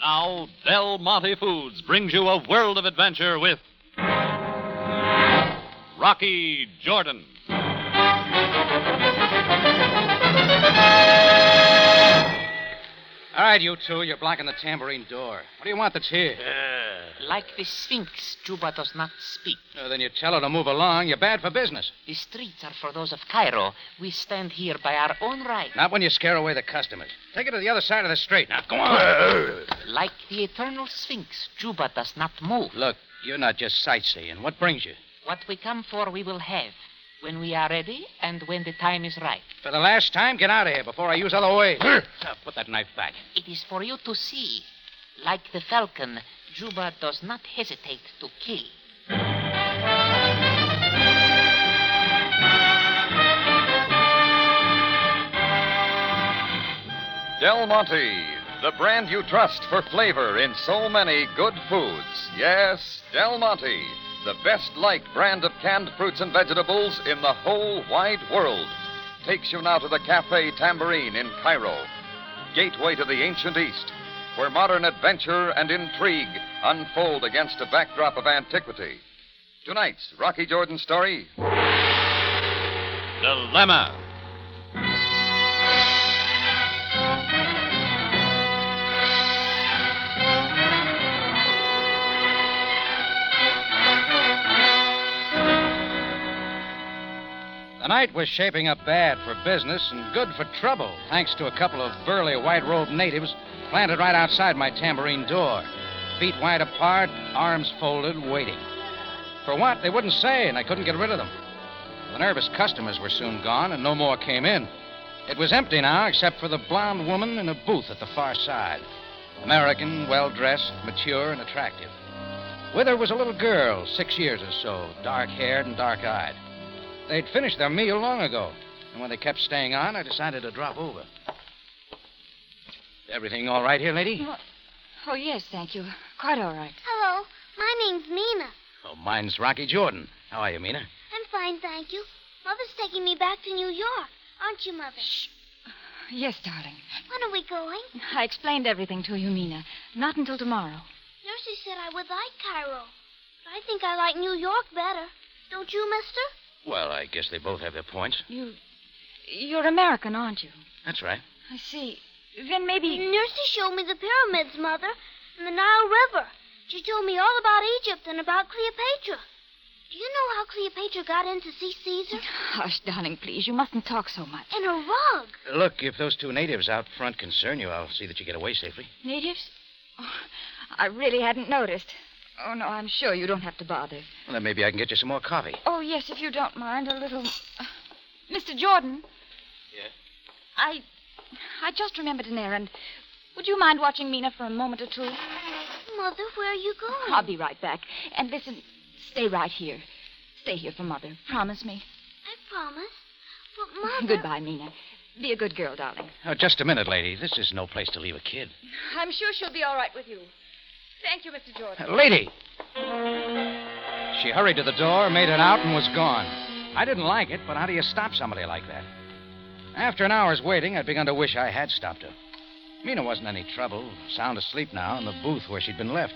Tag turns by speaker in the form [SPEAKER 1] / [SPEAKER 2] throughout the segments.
[SPEAKER 1] Now, Del Monte Foods brings you a world of adventure with Rocky Jordan.
[SPEAKER 2] All right, you two, you're blocking the tambourine door. What do you want that's here?
[SPEAKER 3] Like the Sphinx, Juba does not speak.
[SPEAKER 2] Uh, then you tell her to move along. You're bad for business.
[SPEAKER 3] The streets are for those of Cairo. We stand here by our own right,
[SPEAKER 2] Not when you scare away the customers. Take her to the other side of the street. Now, go on.
[SPEAKER 3] like the eternal Sphinx. Juba does not move.
[SPEAKER 2] Look, you're not just sightseeing. What brings you?
[SPEAKER 3] What we come for, we will have when we are ready and when the time is right.
[SPEAKER 2] For the last time, get out of here before I use other ways. Now, put that knife back.
[SPEAKER 3] It is for you to see. Like the falcon, Juba does not hesitate to kill.
[SPEAKER 4] Del Monte, the brand you trust for flavor in so many good foods. Yes, Del Monte, the best liked brand of canned fruits and vegetables in the whole wide world. Takes you now to the Cafe Tambourine in Cairo, gateway to the ancient East, where modern adventure and intrigue unfold against a backdrop of antiquity. Tonight's Rocky Jordan story
[SPEAKER 1] Dilemma.
[SPEAKER 2] The night was shaping up bad for business and good for trouble, thanks to a couple of burly, white robed natives planted right outside my tambourine door. Feet wide apart, arms folded, waiting. For what? They wouldn't say, and I couldn't get rid of them. The nervous customers were soon gone, and no more came in. It was empty now, except for the blonde woman in a booth at the far side. American, well dressed, mature, and attractive. With her was a little girl, six years or so, dark haired and dark eyed. They'd finished their meal long ago. And when they kept staying on, I decided to drop over. Everything all right here, lady?
[SPEAKER 5] Oh, yes, thank you. Quite all right.
[SPEAKER 6] Hello, my name's Mina.
[SPEAKER 2] Oh, mine's Rocky Jordan. How are you, Mina?
[SPEAKER 6] I'm fine, thank you. Mother's taking me back to New York, aren't you, Mother?
[SPEAKER 5] Yes, darling.
[SPEAKER 6] When are we going?
[SPEAKER 5] I explained everything to you, Mina. Not until tomorrow.
[SPEAKER 6] Nursie said I would like Cairo, but I think I like New York better. Don't you, Mister?
[SPEAKER 2] Well, I guess they both have their points.
[SPEAKER 5] You. You're American, aren't you?
[SPEAKER 2] That's right.
[SPEAKER 5] I see. Then maybe.
[SPEAKER 6] Nursie showed me the pyramids, Mother, and the Nile River. She told me all about Egypt and about Cleopatra. Do you know how Cleopatra got in to see Caesar?
[SPEAKER 5] Hush, darling, please. You mustn't talk so much.
[SPEAKER 6] In a rug.
[SPEAKER 2] Look, if those two natives out front concern you, I'll see that you get away safely.
[SPEAKER 5] Natives? Oh, I really hadn't noticed. Oh, no, I'm sure you don't have to bother.
[SPEAKER 2] Well, then maybe I can get you some more coffee.
[SPEAKER 5] Oh, yes, if you don't mind, a little. Mr. Jordan?
[SPEAKER 2] Yeah?
[SPEAKER 5] I. I just remembered an errand. Would you mind watching Mina for a moment or two?
[SPEAKER 6] Mother, where are you going?
[SPEAKER 5] I'll be right back. And listen, stay right here. Stay here for Mother. Promise me.
[SPEAKER 6] I promise. But, Mother.
[SPEAKER 5] Goodbye, Mina. Be a good girl, darling.
[SPEAKER 2] Oh, just a minute, lady. This is no place to leave a kid.
[SPEAKER 5] I'm sure she'll be all right with you. Thank you, Mr. Jordan.
[SPEAKER 2] Lady! She hurried to the door, made it out, and was gone. I didn't like it, but how do you stop somebody like that? After an hour's waiting, I'd begun to wish I had stopped her. Mina wasn't any trouble, sound asleep now in the booth where she'd been left.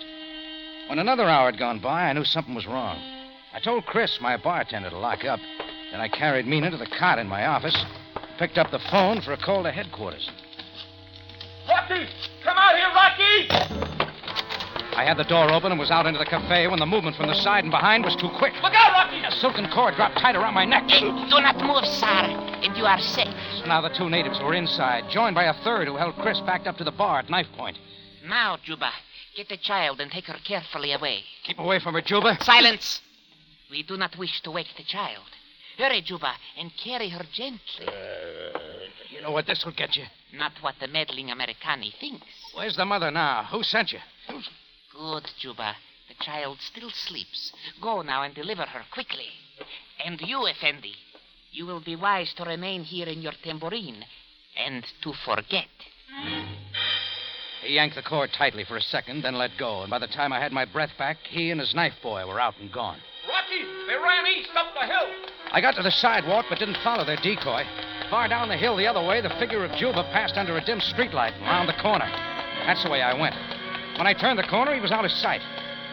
[SPEAKER 2] When another hour had gone by, I knew something was wrong. I told Chris, my bartender, to lock up. Then I carried Mina to the cot in my office, picked up the phone for a call to headquarters.
[SPEAKER 7] Rocky! Come out here, Rocky!
[SPEAKER 2] I had the door open and was out into the cafe when the movement from the side and behind was too quick.
[SPEAKER 7] Look out, Rocky!
[SPEAKER 2] A silken cord dropped tight around my neck.
[SPEAKER 3] And do not move, sir, and you are safe.
[SPEAKER 2] Now the two natives were inside, joined by a third who held Chris backed up to the bar at knife point.
[SPEAKER 3] Now, Juba, get the child and take her carefully away.
[SPEAKER 2] Keep away from her, Juba.
[SPEAKER 3] Silence! We do not wish to wake the child. Hurry, Juba, and carry her gently.
[SPEAKER 2] Uh, You know what this will get you.
[SPEAKER 3] Not what the meddling Americani thinks.
[SPEAKER 2] Where's the mother now? Who sent you?
[SPEAKER 3] Good, Juba. The child still sleeps. Go now and deliver her quickly. And you, Effendi, you will be wise to remain here in your tambourine and to forget.
[SPEAKER 2] He yanked the cord tightly for a second, then let go, and by the time I had my breath back, he and his knife boy were out and gone.
[SPEAKER 8] Rocky, they ran east up the hill.
[SPEAKER 2] I got to the sidewalk but didn't follow their decoy. Far down the hill the other way, the figure of Juba passed under a dim streetlight and round the corner. That's the way I went. When I turned the corner, he was out of sight.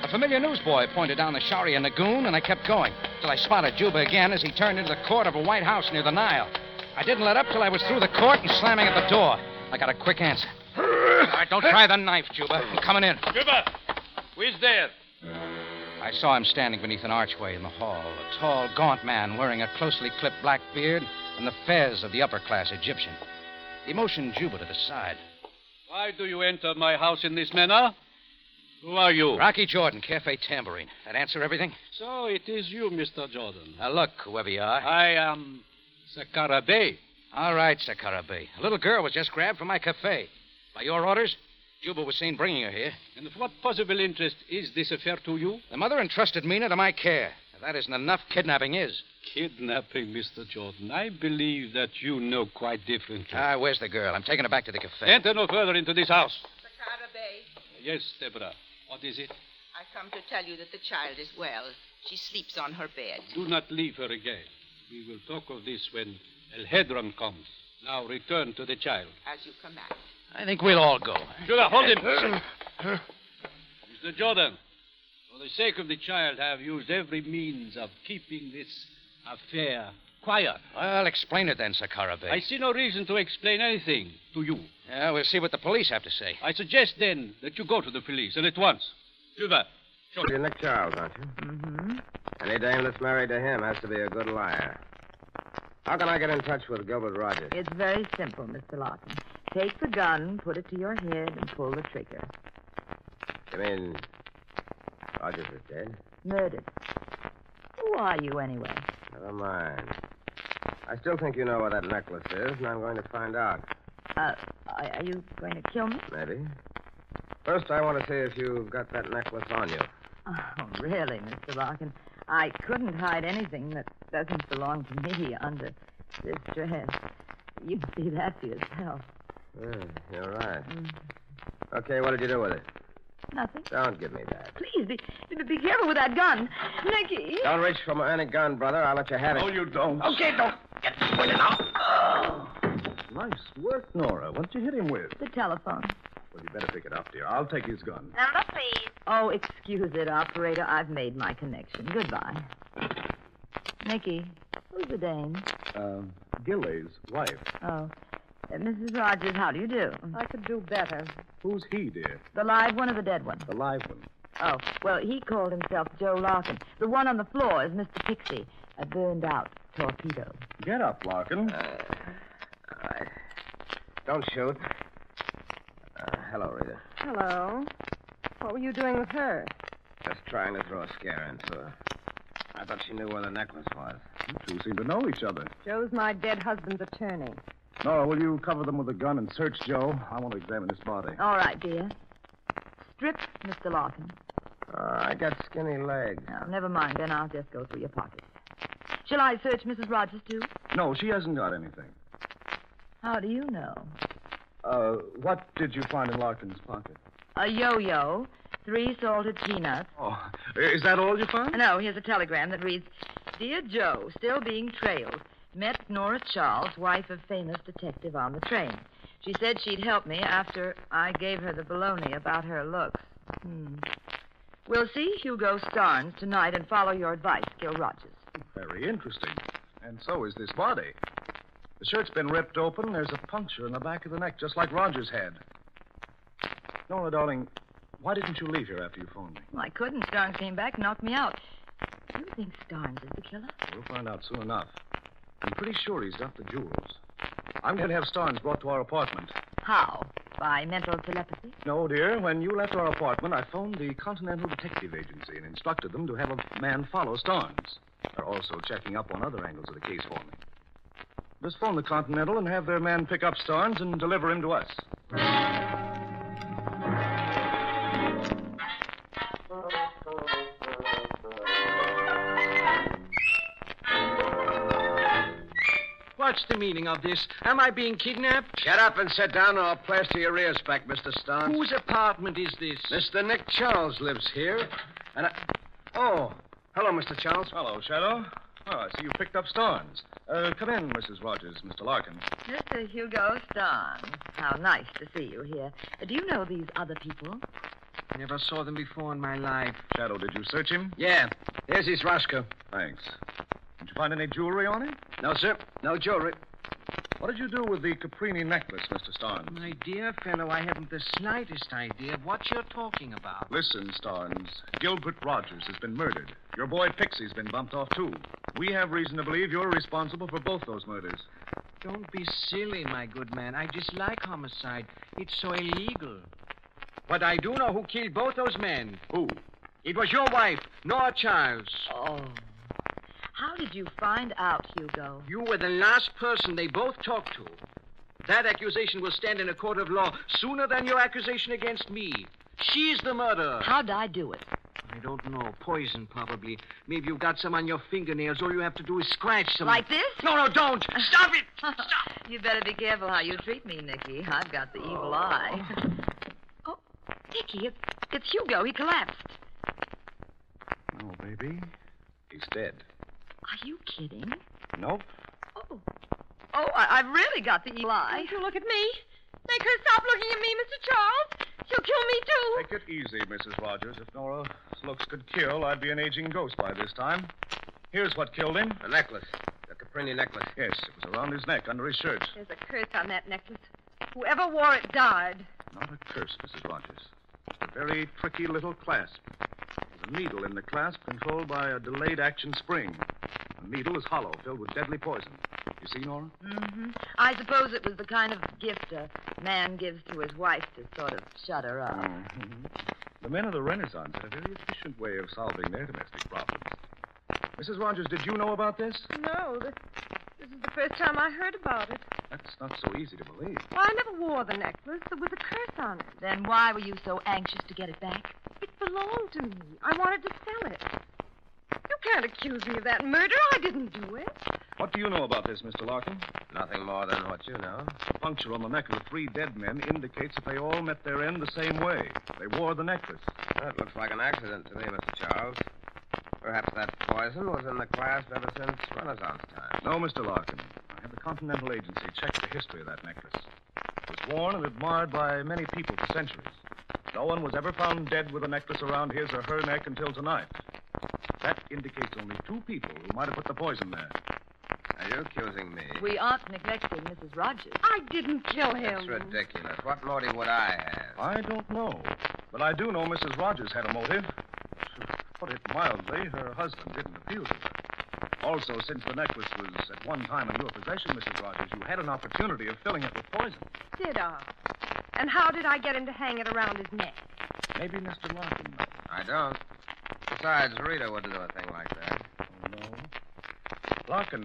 [SPEAKER 2] A familiar newsboy pointed down the Sharia Lagoon, and I kept going till I spotted Juba again as he turned into the court of a white house near the Nile. I didn't let up till I was through the court and slamming at the door. I got a quick answer. All right, don't try the knife, Juba. I'm coming in.
[SPEAKER 8] Juba, who's there?
[SPEAKER 2] I saw him standing beneath an archway in the hall, a tall, gaunt man wearing a closely clipped black beard and the fez of the upper class Egyptian. He motioned Juba to the side.
[SPEAKER 9] Why do you enter my house in this manner? Who are you?
[SPEAKER 2] Rocky Jordan, Cafe Tambourine. That answer everything?
[SPEAKER 9] So it is you, Mr. Jordan.
[SPEAKER 2] Now look, whoever you are.
[SPEAKER 9] I am Sakara Bey.
[SPEAKER 2] All right, Sakara Bey. A little girl was just grabbed from my cafe. By your orders, Juba was seen bringing her here.
[SPEAKER 9] And of what possible interest is this affair to you?
[SPEAKER 2] The mother entrusted Mina to my care. If that isn't enough, kidnapping is.
[SPEAKER 9] Kidnapping, Mr. Jordan. I believe that you know quite differently.
[SPEAKER 2] Ah, where's the girl? I'm taking her back to the cafe.
[SPEAKER 9] Enter no further into this house.
[SPEAKER 10] Sakara Bey.
[SPEAKER 9] Yes, Deborah. What is it?
[SPEAKER 10] I come to tell you that the child is well. She sleeps on her bed.
[SPEAKER 9] Do not leave her again. We will talk of this when El Hedron comes. Now return to the child.
[SPEAKER 10] As you command.
[SPEAKER 2] I think we'll all go. Uh,
[SPEAKER 9] Judah, hold him. Mr. Jordan, for the sake of the child, I have used every means of keeping this affair quiet.
[SPEAKER 2] Well, explain it then, Sir Carabay.
[SPEAKER 9] I see no reason to explain anything to you.
[SPEAKER 2] Yeah, we'll see what the police have to say.
[SPEAKER 9] I suggest, then, that you go to the police, and at once. Judah,
[SPEAKER 11] show You're Nick Charles, aren't you?
[SPEAKER 10] Mm-hmm.
[SPEAKER 11] Any dame that's married to him has to be a good liar. How can I get in touch with Gilbert Rogers?
[SPEAKER 12] It's very simple, Mr. Lawton. Take the gun, put it to your head, and pull the trigger.
[SPEAKER 11] You mean Rogers is dead?
[SPEAKER 12] Murdered. Who are you, anyway?
[SPEAKER 11] Never mind. I still think you know where that necklace is, and I'm going to find out.
[SPEAKER 12] Uh, are you going to kill me?
[SPEAKER 11] Maybe. First, I want to see if you've got that necklace on you.
[SPEAKER 12] Oh, really, Mr. Larkin? I couldn't hide anything that doesn't belong to me under this dress. You can see that for yourself.
[SPEAKER 11] Mm, you're right. Mm. Okay, what did you do with it?
[SPEAKER 12] Nothing.
[SPEAKER 11] Don't give me that.
[SPEAKER 12] Please, be, be, be careful with that gun. Nicky.
[SPEAKER 11] Don't reach for my any gun, brother. I'll let you have it.
[SPEAKER 9] Oh, you don't.
[SPEAKER 11] Okay, don't. Get pointed out. Oh.
[SPEAKER 13] Nice work, Nora. What did you hit him with?
[SPEAKER 12] The telephone.
[SPEAKER 13] Well, you better pick it up, dear. I'll take his gun.
[SPEAKER 14] Number, please.
[SPEAKER 12] Oh, excuse it, operator. I've made my connection. Goodbye. Nicky, who's the dame?
[SPEAKER 13] Uh, Gilly's wife.
[SPEAKER 12] Oh. Uh, Mrs. Rogers, how do you do?
[SPEAKER 15] I could do better.
[SPEAKER 13] Who's he, dear?
[SPEAKER 12] The live one or the dead one?
[SPEAKER 13] The live one.
[SPEAKER 12] Oh, well, he called himself Joe Larkin. The one on the floor is Mr. Pixie, a burned out torpedo.
[SPEAKER 13] Get up, Larkin.
[SPEAKER 11] Uh, all right. Don't shoot. Uh, hello, Rita.
[SPEAKER 15] Hello. What were you doing with her?
[SPEAKER 11] Just trying to throw a scare into her. I thought she knew where the necklace was.
[SPEAKER 13] You two seem to know each other.
[SPEAKER 15] Joe's my dead husband's attorney.
[SPEAKER 13] Nora, will you cover them with a gun and search Joe? I want to examine his body.
[SPEAKER 12] All right, dear. Strip, Mr. Larkin.
[SPEAKER 11] Uh, I got skinny legs.
[SPEAKER 12] Now, never mind, then I'll just go through your pockets. Shall I search Mrs. Rogers, too?
[SPEAKER 13] No, she hasn't got anything.
[SPEAKER 12] How do you know?
[SPEAKER 13] Uh, what did you find in Larkin's pocket?
[SPEAKER 12] A yo-yo, three salted peanuts.
[SPEAKER 13] Oh, is that all you found?
[SPEAKER 12] No, here's a telegram that reads, Dear Joe, still being trailed. Met Nora Charles, wife of famous detective, on the train. She said she'd help me after I gave her the baloney about her looks. Hmm. We'll see Hugo Starnes tonight and follow your advice, Gil Rogers.
[SPEAKER 13] Very interesting. And so is this body. The shirt's been ripped open. There's a puncture in the back of the neck, just like Rogers had. Nora, darling, why didn't you leave here after you phoned me?
[SPEAKER 12] Well, I couldn't. Starnes came back and knocked me out. Do you think Starnes is the killer?
[SPEAKER 13] We'll find out soon enough. I'm pretty sure he's got the jewels. I'm going to have Starnes brought to our apartment.
[SPEAKER 12] How? By mental telepathy?
[SPEAKER 13] No, dear. When you left our apartment, I phoned the Continental Detective Agency and instructed them to have a man follow Starnes. They're also checking up on other angles of the case for me. Just phone the Continental and have their man pick up Starnes and deliver him to us.
[SPEAKER 8] What's the meaning of this? Am I being kidnapped?
[SPEAKER 11] Shut up and sit down, or I'll plaster your ears back, Mr. Starnes.
[SPEAKER 8] Whose apartment is this?
[SPEAKER 11] Mr. Nick Charles lives here. And I... Oh, hello, Mr. Charles.
[SPEAKER 13] Hello, Shadow. Oh, I see you picked up Starnes. Uh, come in, Mrs. Rogers, Mr. Larkin.
[SPEAKER 12] Mr. Hugo Starnes. How nice to see you here. Do you know these other people?
[SPEAKER 16] Never saw them before in my life.
[SPEAKER 13] Shadow, did you search him?
[SPEAKER 11] Yeah. Here's his Roscoe.
[SPEAKER 13] Thanks. Did you find any jewelry on him?
[SPEAKER 11] No, sir. No jewelry.
[SPEAKER 13] What did you do with the Caprini necklace, Mr. Starnes?
[SPEAKER 16] My dear fellow, I haven't the slightest idea of what you're talking about.
[SPEAKER 13] Listen, Starnes. Gilbert Rogers has been murdered. Your boy Pixie's been bumped off, too. We have reason to believe you're responsible for both those murders.
[SPEAKER 16] Don't be silly, my good man. I dislike homicide. It's so illegal.
[SPEAKER 8] But I do know who killed both those men.
[SPEAKER 13] Who?
[SPEAKER 8] It was your wife, Nora Charles.
[SPEAKER 12] Oh. How did you find out, Hugo?
[SPEAKER 8] You were the last person they both talked to. That accusation will stand in a court of law sooner than your accusation against me. She's the murderer.
[SPEAKER 12] How'd I do it?
[SPEAKER 8] I don't know. Poison, probably. Maybe you've got some on your fingernails. All you have to do is scratch some.
[SPEAKER 12] Like this?
[SPEAKER 8] No, no, don't. Stop it. Stop.
[SPEAKER 12] you better be careful how you treat me, Nicky. I've got the evil eye. oh, Nicky, it's, it's Hugo. He collapsed.
[SPEAKER 13] No, Oh, baby. He's dead.
[SPEAKER 12] Are you kidding?
[SPEAKER 13] Nope.
[SPEAKER 12] Oh. Oh, I, have really got the evil eye.
[SPEAKER 9] Don't you look at me. Make her stop looking at me, Mr. Charles. She'll kill me, too.
[SPEAKER 13] Take it easy, Mrs. Rogers. If Nora's looks could kill, I'd be an aging ghost by this time. Here's what killed him.
[SPEAKER 11] The necklace. The Caprini necklace.
[SPEAKER 13] Yes, it was around his neck, under his shirt.
[SPEAKER 9] There's a curse on that necklace. Whoever wore it died.
[SPEAKER 13] Not a curse, Mrs. Rogers. It's a very tricky little clasp. There's a needle in the clasp controlled by a delayed action spring. The needle is hollow, filled with deadly poison. You see, Nora?
[SPEAKER 12] Mm-hmm. I suppose it was the kind of gift a man gives to his wife to sort of shut her up.
[SPEAKER 13] Mm-hmm. The men of the Renaissance had a very efficient way of solving their domestic problems. Mrs. Rogers, did you know about this?
[SPEAKER 9] No, this, this is the first time I heard about it.
[SPEAKER 13] That's not so easy to believe.
[SPEAKER 9] Well, I never wore the necklace. There was a curse on it.
[SPEAKER 12] Then why were you so anxious to get it back?
[SPEAKER 9] It belonged to me. I wanted to sell it. You can't accuse me of that murder. I didn't do it.
[SPEAKER 13] What do you know about this, Mr. Larkin?
[SPEAKER 11] Nothing more than what you know.
[SPEAKER 13] The puncture on the neck of the three dead men indicates that they all met their end the same way. They wore the necklace.
[SPEAKER 11] That looks like an accident to me, Mr. Charles. Perhaps that poison was in the clasp ever since Renaissance time.
[SPEAKER 13] No, Mr. Larkin. I had the Continental Agency check the history of that necklace. It was worn and admired by many people for centuries. No one was ever found dead with a necklace around his or her neck until tonight. That indicates only two people who might have put the poison there.
[SPEAKER 11] Are you accusing me?
[SPEAKER 12] We aren't neglecting Mrs. Rogers.
[SPEAKER 9] I didn't kill
[SPEAKER 11] That's
[SPEAKER 9] him.
[SPEAKER 11] ridiculous. What motive would I have?
[SPEAKER 13] I don't know. But I do know Mrs. Rogers had a motive. To put it mildly, her husband didn't appeal to her. Also, since the necklace was at one time in your possession, Mrs. Rogers, you had an opportunity of filling it with poison.
[SPEAKER 9] Did I? And how did I get him to hang it around his neck?
[SPEAKER 13] Maybe Mr. Larkin knows.
[SPEAKER 11] I don't. Besides, Rita wouldn't do a thing like that.
[SPEAKER 13] Oh, no. Larkin,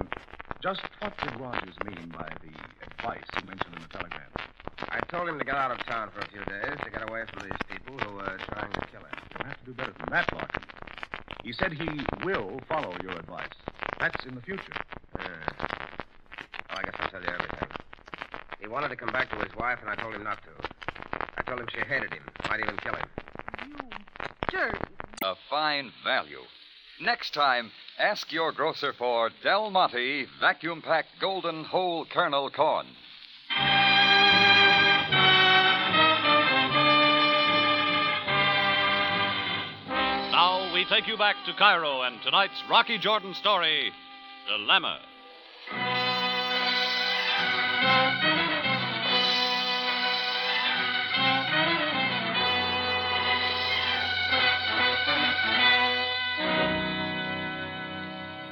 [SPEAKER 13] just what did Rogers mean by the advice he mentioned in the telegram?
[SPEAKER 11] I told him to get out of town for a few days to get away from these people who were trying to kill him.
[SPEAKER 13] You'll have to do better than that, Larkin. He said he will follow your advice. That's in the future.
[SPEAKER 11] Yeah. Hmm. Well, I guess I'll tell you everything. He wanted to come back to his wife, and I told him not to. I told him she hated him, might even kill him.
[SPEAKER 2] Uh,
[SPEAKER 9] You jerk.
[SPEAKER 4] A fine value. Next time, ask your grocer for Del Monte vacuum packed golden whole kernel corn.
[SPEAKER 1] Now we take you back to Cairo and tonight's Rocky Jordan story Dilemma.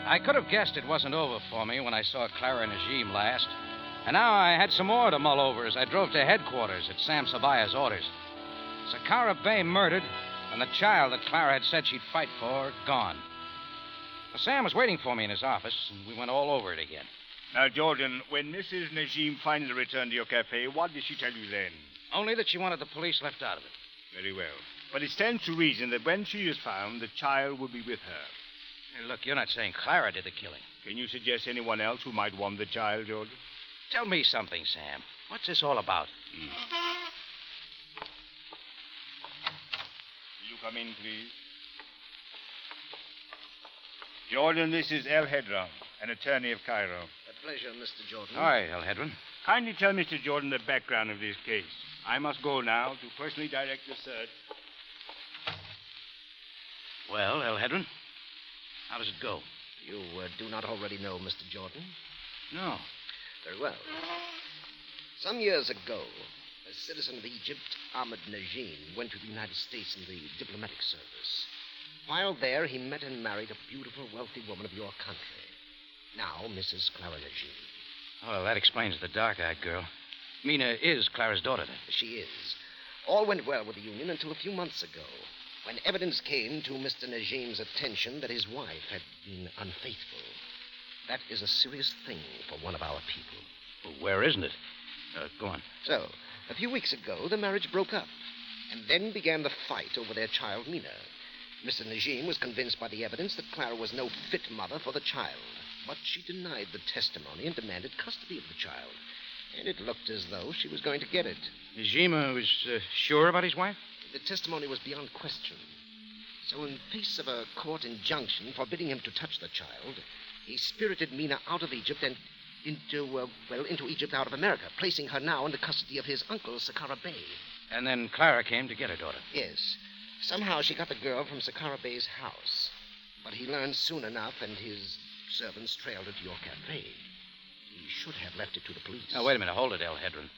[SPEAKER 2] I could have guessed it wasn't over for me when I saw Clara Najim last. And now I had some more to mull over as I drove to headquarters at Sam Sabaya's orders. Sakara Bay murdered, and the child that Clara had said she'd fight for gone. Well, Sam was waiting for me in his office, and we went all over it again.
[SPEAKER 17] Now, Jordan, when Mrs. Najim finally returned to your cafe, what did she tell you then?
[SPEAKER 2] Only that she wanted the police left out of it.
[SPEAKER 17] Very well. But it stands to reason that when she is found, the child will be with her.
[SPEAKER 2] Hey, Look, you're not saying Clara did the killing.
[SPEAKER 17] Can you suggest anyone else who might want the child, George?
[SPEAKER 2] Tell me something, Sam. What's this all about?
[SPEAKER 17] Will you come in, please? Jordan, this is El Hedra, an attorney of Cairo.
[SPEAKER 18] A pleasure, Mr. Jordan.
[SPEAKER 2] Hi, El Hedron.
[SPEAKER 17] Kindly tell Mr. Jordan the background of this case. I must go now to personally direct the search.
[SPEAKER 2] Well, El Hedron, how does it go?
[SPEAKER 18] You uh, do not already know Mr. Jordan?
[SPEAKER 2] No.
[SPEAKER 18] Very well. Some years ago, a citizen of Egypt, Ahmed Najin, went to the United States in the diplomatic service. While there, he met and married a beautiful, wealthy woman of your country. Now, Mrs. Clara Najin.
[SPEAKER 2] Well, that explains the dark eyed girl. Mina is Clara's daughter, then.
[SPEAKER 18] She is. All went well with the union until a few months ago, when evidence came to Mr. Najim's attention that his wife had been unfaithful. That is a serious thing for one of our people.
[SPEAKER 2] Well, where isn't it? Uh, go on.
[SPEAKER 18] So, a few weeks ago, the marriage broke up, and then began the fight over their child, Mina. Mr. Najim was convinced by the evidence that Clara was no fit mother for the child, but she denied the testimony and demanded custody of the child. And it looked as though she was going to get it.
[SPEAKER 2] Najima was uh, sure about his wife?
[SPEAKER 18] The testimony was beyond question. So, in face of a court injunction forbidding him to touch the child, he spirited Mina out of Egypt and into, uh, well, into Egypt out of America, placing her now in the custody of his uncle, Sakara Bey.
[SPEAKER 2] And then Clara came to get her daughter.
[SPEAKER 18] Yes. Somehow she got the girl from Sakara Bey's house. But he learned soon enough, and his servants trailed it to your cafe. He should have left it to the police.
[SPEAKER 2] Now, wait a minute. Hold it, El Hedron.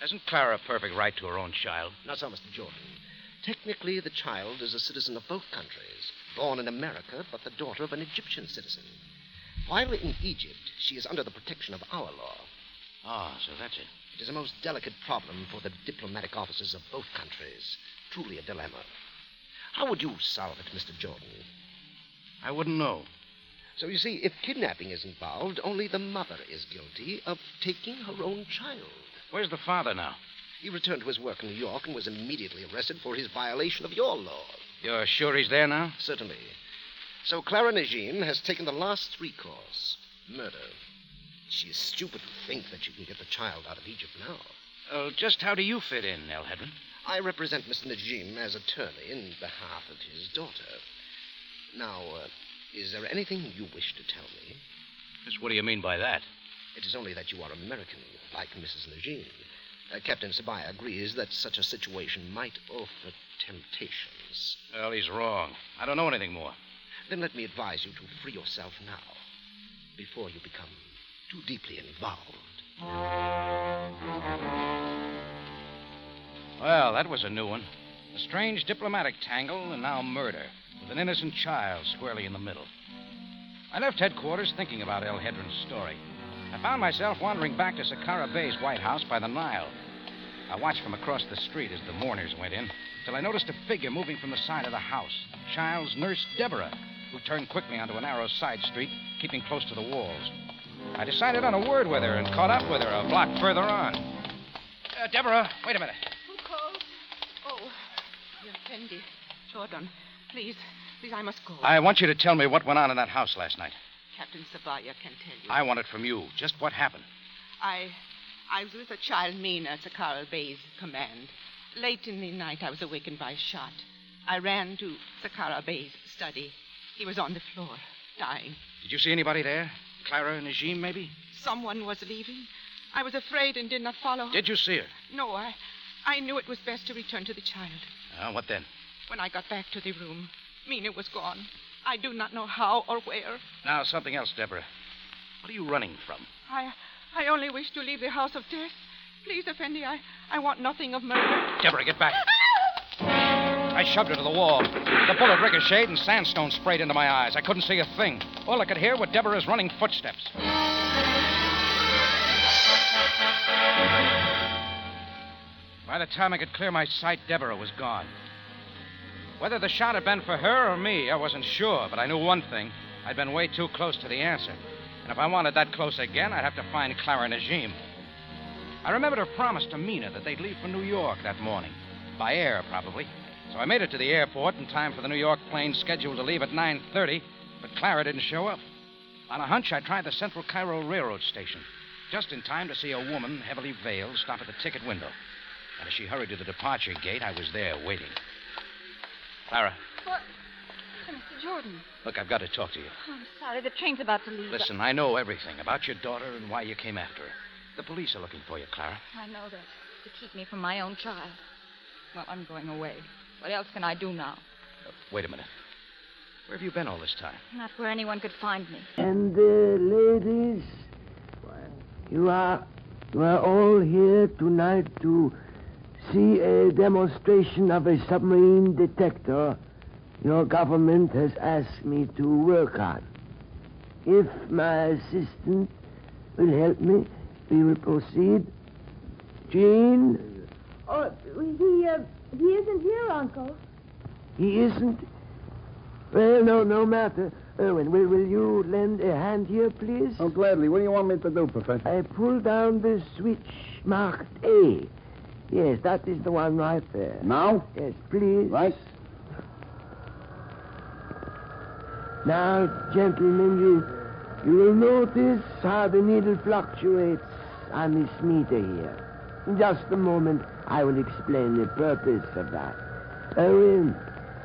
[SPEAKER 2] Hasn't Clara a perfect right to her own child?
[SPEAKER 18] Not so, Mr. Jordan. Technically, the child is a citizen of both countries, born in America, but the daughter of an Egyptian citizen. While in Egypt, she is under the protection of our law.
[SPEAKER 2] Ah, so that's it.
[SPEAKER 18] It is a most delicate problem for the diplomatic officers of both countries. Truly a dilemma. How would you solve it, Mr. Jordan?
[SPEAKER 2] I wouldn't know.
[SPEAKER 18] So you see, if kidnapping is involved, only the mother is guilty of taking her own child.
[SPEAKER 2] Where's the father now?
[SPEAKER 18] He returned to his work in New York and was immediately arrested for his violation of your law.
[SPEAKER 2] You're sure he's there now?
[SPEAKER 18] Certainly. So Clara Najim has taken the last recourse murder. She is stupid to think that she can get the child out of Egypt now.
[SPEAKER 2] Uh, just how do you fit in, El Hedron?
[SPEAKER 18] I represent Mr. Najim as attorney in behalf of his daughter. Now, uh, is there anything you wish to tell me?
[SPEAKER 2] Just what do you mean by that?
[SPEAKER 18] It is only that you are American, like Mrs. Najim. Uh, Captain Sabaya agrees that such a situation might offer temptations.
[SPEAKER 2] Well, he's wrong. Uh, I don't know anything more.
[SPEAKER 18] Then let me advise you to free yourself now, before you become too deeply involved.
[SPEAKER 2] Well, that was a new one. A strange diplomatic tangle and now murder, with an innocent child squarely in the middle. I left headquarters thinking about El Hedron's story. I found myself wandering back to Sakara Bay's White House by the Nile. I watched from across the street as the mourners went in, till I noticed a figure moving from the side of the house. The child's nurse, Deborah, who turned quickly onto a narrow side street, keeping close to the walls. I decided on a word with her and caught up with her a block further on. Uh, Deborah, wait a minute.
[SPEAKER 10] You're offended. Oh, Jordan, please, please, I must go.
[SPEAKER 2] I want you to tell me what went on in that house last night.
[SPEAKER 10] Captain Sabaya can tell you.
[SPEAKER 2] I want it from you. Just what happened.
[SPEAKER 10] I, I was with a child Mina at Sakara Bey's command. Late in the night, I was awakened by a shot. I ran to Sakara Bey's study. He was on the floor, dying.
[SPEAKER 2] Did you see anybody there? Clara and Najim, maybe?
[SPEAKER 10] Someone was leaving. I was afraid and did not follow.
[SPEAKER 2] Did you see her?
[SPEAKER 10] No, I, I knew it was best to return to the child.
[SPEAKER 2] Uh, what then?
[SPEAKER 10] When I got back to the room, Mina was gone. I do not know how or where.
[SPEAKER 2] Now, something else, Deborah. What are you running from?
[SPEAKER 10] I I only wish to leave the house of death. Please, Effendi, I, I want nothing of murder.
[SPEAKER 2] Deborah, get back. I shoved her to the wall. The bullet ricocheted and sandstone sprayed into my eyes. I couldn't see a thing. All I could hear were Deborah's running footsteps. By the time I could clear my sight, Deborah was gone. Whether the shot had been for her or me, I wasn't sure, but I knew one thing. I'd been way too close to the answer. And if I wanted that close again, I'd have to find Clara Najim. I remembered her promise to Mina that they'd leave for New York that morning. By air, probably. So I made it to the airport in time for the New York plane scheduled to leave at 9.30 but Clara didn't show up. On a hunch, I tried the Central Cairo Railroad station, just in time to see a woman, heavily veiled, stop at the ticket window. And as she hurried to the departure gate, I was there waiting. Clara,
[SPEAKER 5] What? Oh, Mr. Jordan.
[SPEAKER 2] look, I've got to talk to you.
[SPEAKER 5] Oh, I'm sorry. The train's about to leave.
[SPEAKER 2] Listen, I know everything about your daughter and why you came after her. The police are looking for you, Clara.
[SPEAKER 5] I know that. To keep me from my own child. Well, I'm going away. What else can I do now?
[SPEAKER 2] Wait a minute. Where have you been all this time?
[SPEAKER 5] Not where anyone could find me.
[SPEAKER 19] And, uh, ladies, you are, you are all here tonight to see a demonstration of a submarine detector your government has asked me to work on. If my assistant will help me, we will proceed. Jean,
[SPEAKER 20] Oh, he, uh, he isn't here, Uncle.
[SPEAKER 19] he isn't. Well, no, no matter. Erwin, will, will you lend a hand here, please?
[SPEAKER 21] Oh, gladly. What do you want me to do, Professor?
[SPEAKER 19] I pull down the switch marked A. Yes, that is the one right there.
[SPEAKER 21] Now?
[SPEAKER 19] Yes, please. Right. Now, gentlemen, you, you will notice how the needle fluctuates on this meter here. In just a moment, I will explain the purpose of that. Erwin,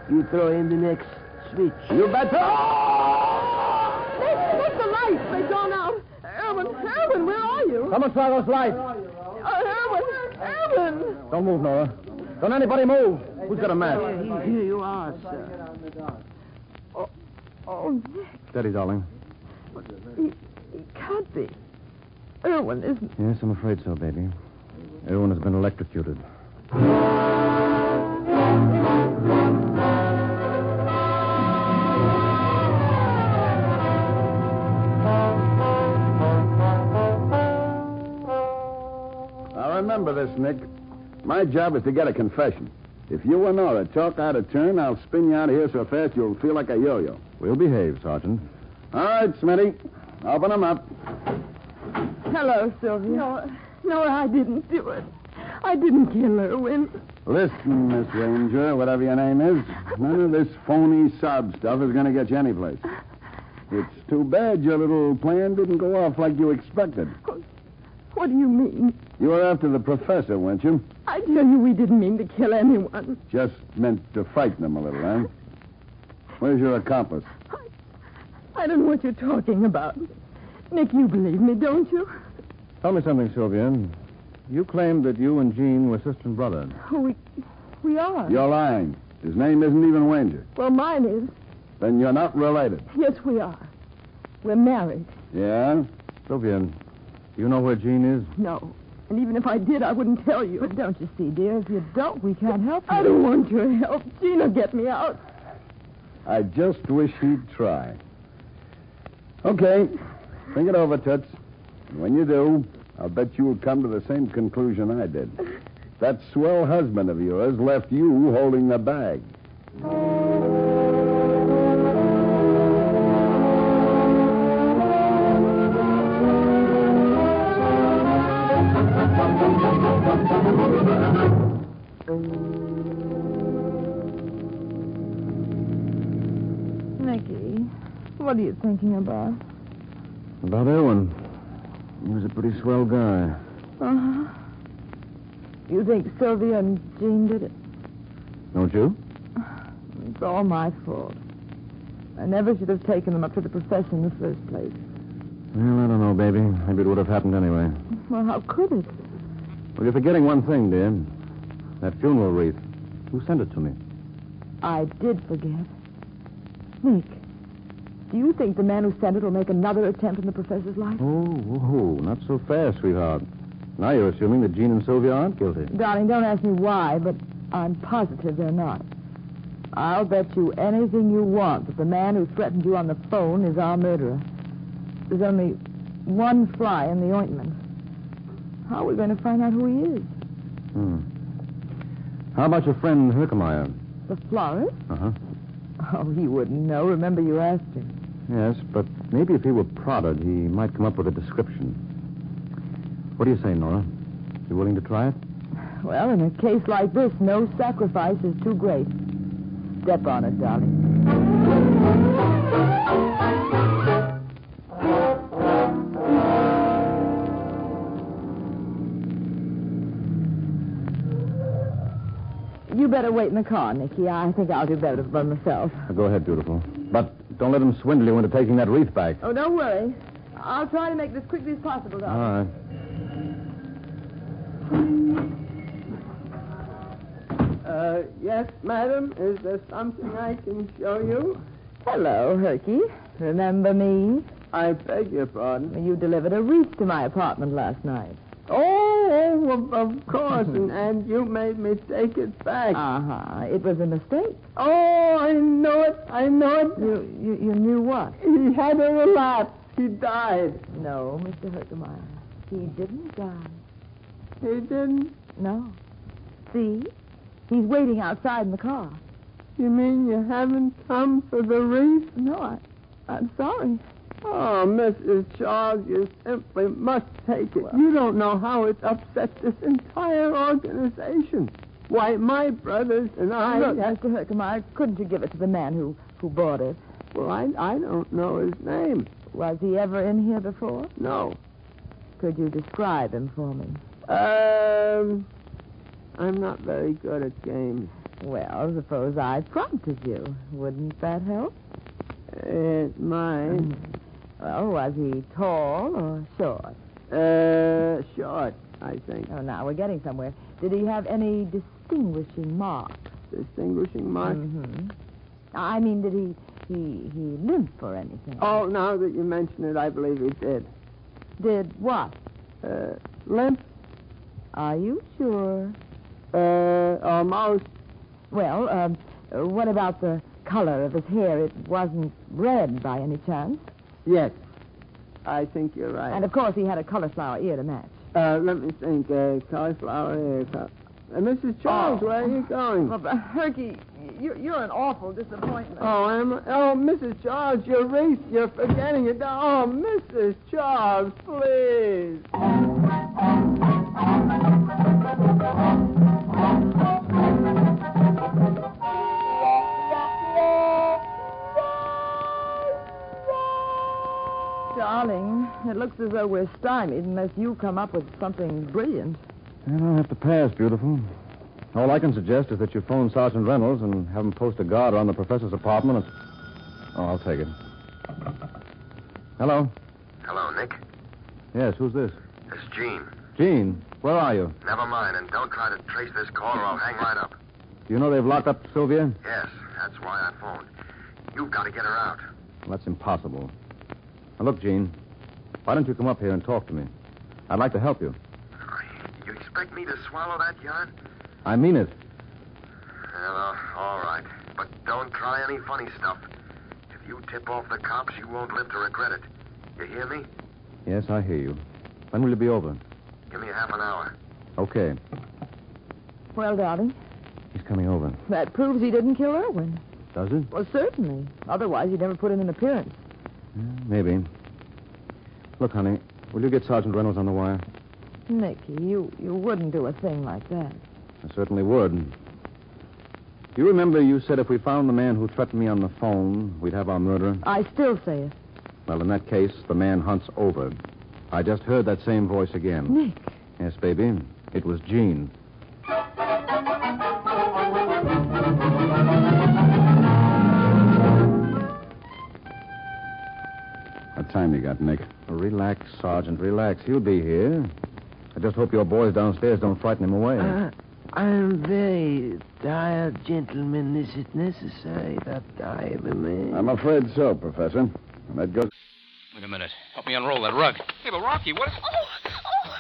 [SPEAKER 19] you throw in the next switch. You
[SPEAKER 20] They, that's the lights. They've gone out. Erwin, Erwin, where are you?
[SPEAKER 21] Come and try those lights.
[SPEAKER 20] Oh, Erwin, Erwin.
[SPEAKER 21] Don't move, Nora. Don't anybody move. Who's got a match?
[SPEAKER 19] Here, here you are, sir.
[SPEAKER 20] Oh, Nick,
[SPEAKER 21] Steady, darling.
[SPEAKER 20] he, he can't be. Erwin isn't.
[SPEAKER 21] Yes, I'm afraid so, baby. Everyone has been electrocuted. Now, remember this, Nick. My job is to get a confession. If you and Nora talk out of turn, I'll spin you out of here so fast you'll feel like a yo-yo. We'll behave, Sergeant. All right, Smitty. Open 'em up.
[SPEAKER 20] Hello, Sylvia. No, no, I didn't do it. I didn't kill Erwin.
[SPEAKER 21] Listen, Miss Ranger, whatever your name is, none of this phony sob stuff is going to get you anyplace. It's too bad your little plan didn't go off like you expected.
[SPEAKER 20] What do you mean?
[SPEAKER 21] You were after the professor, weren't you?
[SPEAKER 20] I tell you, we didn't mean to kill anyone.
[SPEAKER 21] Just meant to frighten him a little, eh? Where's your accomplice?
[SPEAKER 20] I don't know what you're talking about. Nick, you believe me, don't you?
[SPEAKER 21] Tell me something, Sylvia. You claimed that you and Jean were sister and brother.
[SPEAKER 20] Oh, we, we are.
[SPEAKER 21] You're lying. His name isn't even Wanger.
[SPEAKER 20] Well, mine is.
[SPEAKER 21] Then you're not related.
[SPEAKER 20] Yes, we are. We're married.
[SPEAKER 21] Yeah? Sylvia, do you know where Jean is?
[SPEAKER 20] No. And even if I did, I wouldn't tell you. But don't you see, dear, if you don't, we can't help you. I don't want your help. Gina, get me out.
[SPEAKER 21] I just wish he'd try. Okay. Think it over, Toots. And when you do, I'll bet you'll come to the same conclusion I did. That swell husband of yours left you holding the bag.
[SPEAKER 20] Nicky, what are you thinking about?
[SPEAKER 21] About Erwin. He was a pretty swell guy.
[SPEAKER 20] Uh-huh. You think Sylvia and Jean did it?
[SPEAKER 21] Don't you?
[SPEAKER 20] It's all my fault. I never should have taken them up to the professor in the first place.
[SPEAKER 21] Well, I don't know, baby. Maybe it would have happened anyway.
[SPEAKER 20] Well, how could it?
[SPEAKER 21] Well, you're forgetting one thing, dear. That funeral wreath. Who sent it to me?
[SPEAKER 20] I did forget. Nick, do you think the man who sent it will make another attempt on the professor's life?
[SPEAKER 21] Oh, oh, not so fast, sweetheart. Now you're assuming that Jean and Sylvia aren't guilty.
[SPEAKER 20] Darling, don't ask me why, but I'm positive they're not. I'll bet you anything you want that the man who threatened you on the phone is our murderer. There's only one fly in the ointment. How are we going to find out who he is?
[SPEAKER 21] Hmm. How about your friend Herkemeyer?
[SPEAKER 20] The florist?
[SPEAKER 21] Uh huh.
[SPEAKER 20] Oh, he wouldn't know. Remember, you asked him.
[SPEAKER 21] Yes, but maybe if he were prodded, he might come up with a description. What do you say, Nora? You willing to try it?
[SPEAKER 20] Well, in a case like this, no sacrifice is too great. Step on it, darling. You better wait in the car, Nicky. I think I'll do better by myself.
[SPEAKER 21] Uh, Go ahead, beautiful. But don't let him swindle you into taking that wreath back.
[SPEAKER 20] Oh, don't worry. I'll try to make this quickly as possible,
[SPEAKER 21] All right.
[SPEAKER 22] Uh, yes, madam. Is there something I can show you?
[SPEAKER 20] Hello, Herky. Remember me?
[SPEAKER 22] I beg your pardon.
[SPEAKER 20] You delivered a wreath to my apartment last night.
[SPEAKER 22] Oh, oh, of, of course, and, and you made me take it back.
[SPEAKER 20] Uh-huh. It was a mistake.
[SPEAKER 22] Oh, I know it. I know it.
[SPEAKER 20] You, you, you knew what?
[SPEAKER 22] He had a relapse. He died.
[SPEAKER 20] No, Mr. Herkimer. He didn't die.
[SPEAKER 22] He didn't.
[SPEAKER 20] No. See? He's waiting outside in the car.
[SPEAKER 22] You mean you haven't come for the wreath?
[SPEAKER 20] No, I, I'm sorry.
[SPEAKER 22] Oh, Mrs. Charles, you simply must take it. you don't know how it's upset this entire organization. Why, my brothers and I.
[SPEAKER 20] Look, Mr. Herkimer, couldn't you give it to the man who, who bought it?
[SPEAKER 22] Well, I, I don't know his name.
[SPEAKER 20] Was he ever in here before?
[SPEAKER 22] No.
[SPEAKER 20] Could you describe him for me?
[SPEAKER 22] Um, I'm not very good at games.
[SPEAKER 20] Well, suppose I prompted you. Wouldn't that help? Mm.
[SPEAKER 22] It might.
[SPEAKER 20] Well, was he tall or short?
[SPEAKER 22] Uh, short, I think.
[SPEAKER 20] Oh, now we're getting somewhere. Did he have any distinguishing marks?
[SPEAKER 22] Distinguishing mark?
[SPEAKER 20] hmm I mean, did he he he limp or anything?
[SPEAKER 22] Oh, now that you mention it, I believe he did.
[SPEAKER 20] Did what?
[SPEAKER 22] Uh, limp?
[SPEAKER 20] Are you sure?
[SPEAKER 22] Uh, almost.
[SPEAKER 20] Well, um, uh, what about the color of his hair? It wasn't red by any chance.
[SPEAKER 22] Yes. I think you're right.
[SPEAKER 20] And of course, he had a cauliflower ear to match.
[SPEAKER 22] Uh, let me think. Uh, cauliflower. Uh, ca- uh, Mrs.
[SPEAKER 20] Oh.
[SPEAKER 22] Charles, where are you going?
[SPEAKER 11] Oh. Well, but Herky, you're, you're an awful disappointment.
[SPEAKER 22] Oh, am I? Oh, Mrs. Charles, you're race. You're forgetting it. Oh, Mrs. Charles, please.
[SPEAKER 20] Darling, it looks as though we're stymied unless you come up with something brilliant.
[SPEAKER 21] And I'll have to pass, beautiful. All I can suggest is that you phone Sergeant Reynolds and have him post a guard around the professor's apartment. And... Oh, I'll take it. Hello.
[SPEAKER 23] Hello, Nick.
[SPEAKER 21] Yes, who's this?
[SPEAKER 23] It's Gene.
[SPEAKER 21] Gene, where are you?
[SPEAKER 23] Never mind, and don't try to trace this call or I'll hang right up.
[SPEAKER 21] Do you know they've locked up Sylvia?
[SPEAKER 23] Yes, that's why I phoned. You've got to get her out.
[SPEAKER 21] Well, that's impossible. Now, look, Gene, why don't you come up here and talk to me? I'd like to help you.
[SPEAKER 23] You expect me to swallow that yarn?
[SPEAKER 21] I mean it.
[SPEAKER 23] Well, all right. But don't try any funny stuff. If you tip off the cops, you won't live to regret it. You hear me?
[SPEAKER 21] Yes, I hear you. When will it be over?
[SPEAKER 23] Give me half an hour.
[SPEAKER 21] Okay.
[SPEAKER 20] Well, darling,
[SPEAKER 21] He's coming over.
[SPEAKER 20] that proves he didn't kill Irwin.
[SPEAKER 21] Does it?
[SPEAKER 20] Well, certainly. Otherwise, he'd never put in an appearance.
[SPEAKER 21] Maybe. Look, honey, will you get Sergeant Reynolds on the wire?
[SPEAKER 20] Nicky, you, you wouldn't do a thing like that.
[SPEAKER 21] I certainly would. You remember you said if we found the man who threatened me on the phone, we'd have our murderer?
[SPEAKER 20] I still say it.
[SPEAKER 21] Well, in that case, the man hunts over. I just heard that same voice again.
[SPEAKER 20] Nick.
[SPEAKER 21] Yes, baby. It was Jean. What time you got, Nick? Relax, Sergeant. Relax. He'll be here. I just hope your boys downstairs don't frighten him away.
[SPEAKER 19] Uh, I'm very tired, gentlemen. Is it necessary that I remain?
[SPEAKER 21] I'm afraid so, Professor. And that goes.
[SPEAKER 2] Wait a minute. Help me unroll that rug.
[SPEAKER 7] Hey, but Rocky, what is.
[SPEAKER 2] Oh,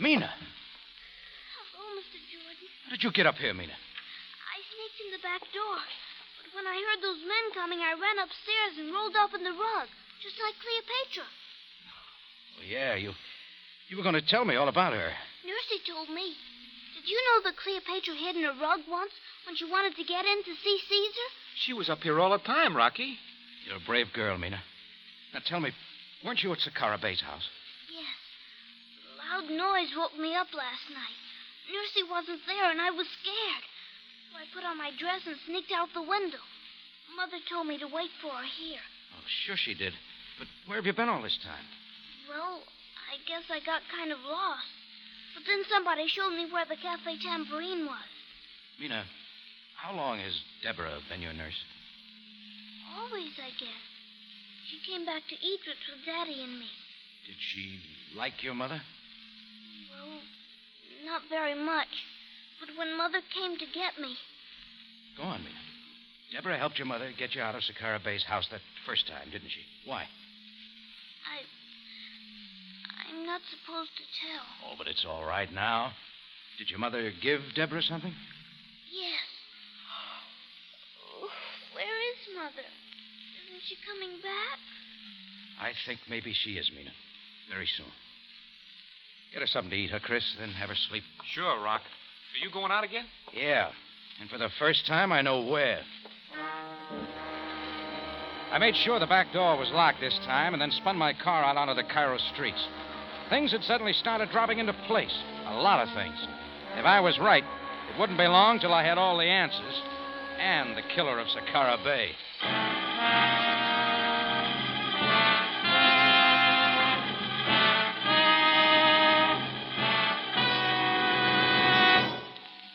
[SPEAKER 2] Mina,
[SPEAKER 24] Oh, Mr. Jordan,
[SPEAKER 2] how did you get up here, Mina?
[SPEAKER 24] I sneaked in the back door. But when I heard those men coming, I ran upstairs and rolled up in the rug, just like Cleopatra.
[SPEAKER 2] Oh, yeah, you you were going to tell me all about her.
[SPEAKER 24] Nursey told me. Did you know that Cleopatra hid in a rug once when she wanted to get in to see Caesar?
[SPEAKER 7] She was up here all the time, Rocky.
[SPEAKER 2] You're a brave girl, Mina. Now tell me, weren't you at Sakara Bay's house?
[SPEAKER 24] Yes. A loud noise woke me up last night. Nursey wasn't there, and I was scared. So I put on my dress and sneaked out the window.
[SPEAKER 6] Mother told me to wait for her here.
[SPEAKER 2] Oh, sure she did. But where have you been all this time?
[SPEAKER 6] Well, I guess I got kind of lost. But then somebody showed me where the Cafe Tambourine was.
[SPEAKER 2] Mina, how long has Deborah been your nurse?
[SPEAKER 6] Always, I guess. She came back to Egypt with Daddy and me.
[SPEAKER 2] Did she like your mother?
[SPEAKER 6] Well, not very much. But when Mother came to get me,
[SPEAKER 2] Go on, Mina. Deborah helped your mother get you out of Sakara Bay's house that first time, didn't she? Why?
[SPEAKER 6] I. I'm not supposed to tell.
[SPEAKER 2] Oh, but it's all right now. Did your mother give Deborah something?
[SPEAKER 6] Yes. Oh, Where is Mother? Isn't she coming back?
[SPEAKER 2] I think maybe she is, Mina. Very soon. Get her something to eat, huh, Chris? Then have her sleep.
[SPEAKER 25] Sure, Rock. Are you going out again?
[SPEAKER 2] Yeah. And for the first time, I know where. I made sure the back door was locked this time and then spun my car out onto the Cairo streets. Things had suddenly started dropping into place. A lot of things. If I was right, it wouldn't be long till I had all the answers and the killer of Sakara Bay.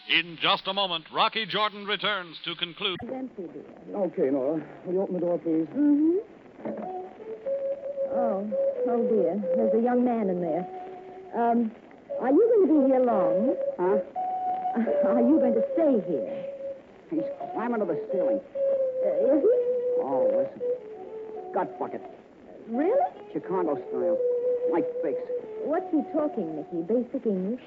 [SPEAKER 1] In just a moment, Rocky Jordan returns to conclude.
[SPEAKER 15] Okay, Nora. Will you open the door, please?
[SPEAKER 26] Mm-hmm. Oh, oh dear. There's a young man in there. Um, are you going to be here long? Huh? Are you going to stay here?
[SPEAKER 15] He's climbing to the ceiling.
[SPEAKER 26] Uh, is he?
[SPEAKER 15] Oh, listen. Gut bucket.
[SPEAKER 26] Really?
[SPEAKER 15] Chicago style. Like fakes.
[SPEAKER 26] What's he talking, Mickey? Basic English?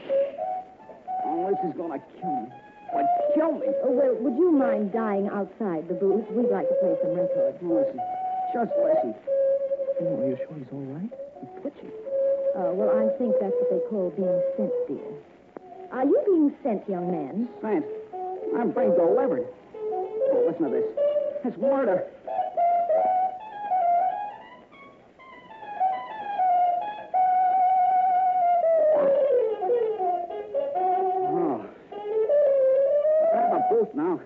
[SPEAKER 15] Oh, this is gonna kill me. But kill me.
[SPEAKER 26] Oh, well, would you mind dying outside the booth? We'd like to play some records.
[SPEAKER 15] Listen. Just listen. Oh, are you sure he's all right? He's twitchy.
[SPEAKER 26] Uh, well, I think that's what they call being sent, dear. Are you being sent, young man?
[SPEAKER 15] Sent. I'm being delivered. Oh, listen to this. It's murder. Oh. I have a booth now,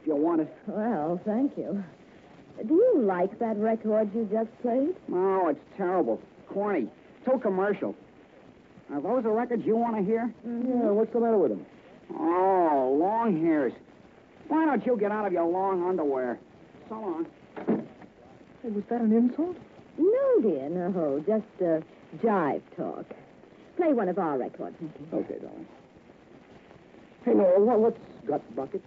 [SPEAKER 15] if you want it.
[SPEAKER 26] Well, thank you. Do you like that record you just played?
[SPEAKER 15] No, Oh, it's terrible. Corny. Too commercial. Are those the records you want to hear?
[SPEAKER 24] Yeah, what's the matter with him?
[SPEAKER 15] Oh, long hairs. Why don't you get out of your long underwear? So long.
[SPEAKER 26] Hey, was that an insult? No, dear, no. Just uh, jive talk. Play one of our records, Mickey.
[SPEAKER 24] Okay, darling. Hey, Nora, what, what's gut bucket?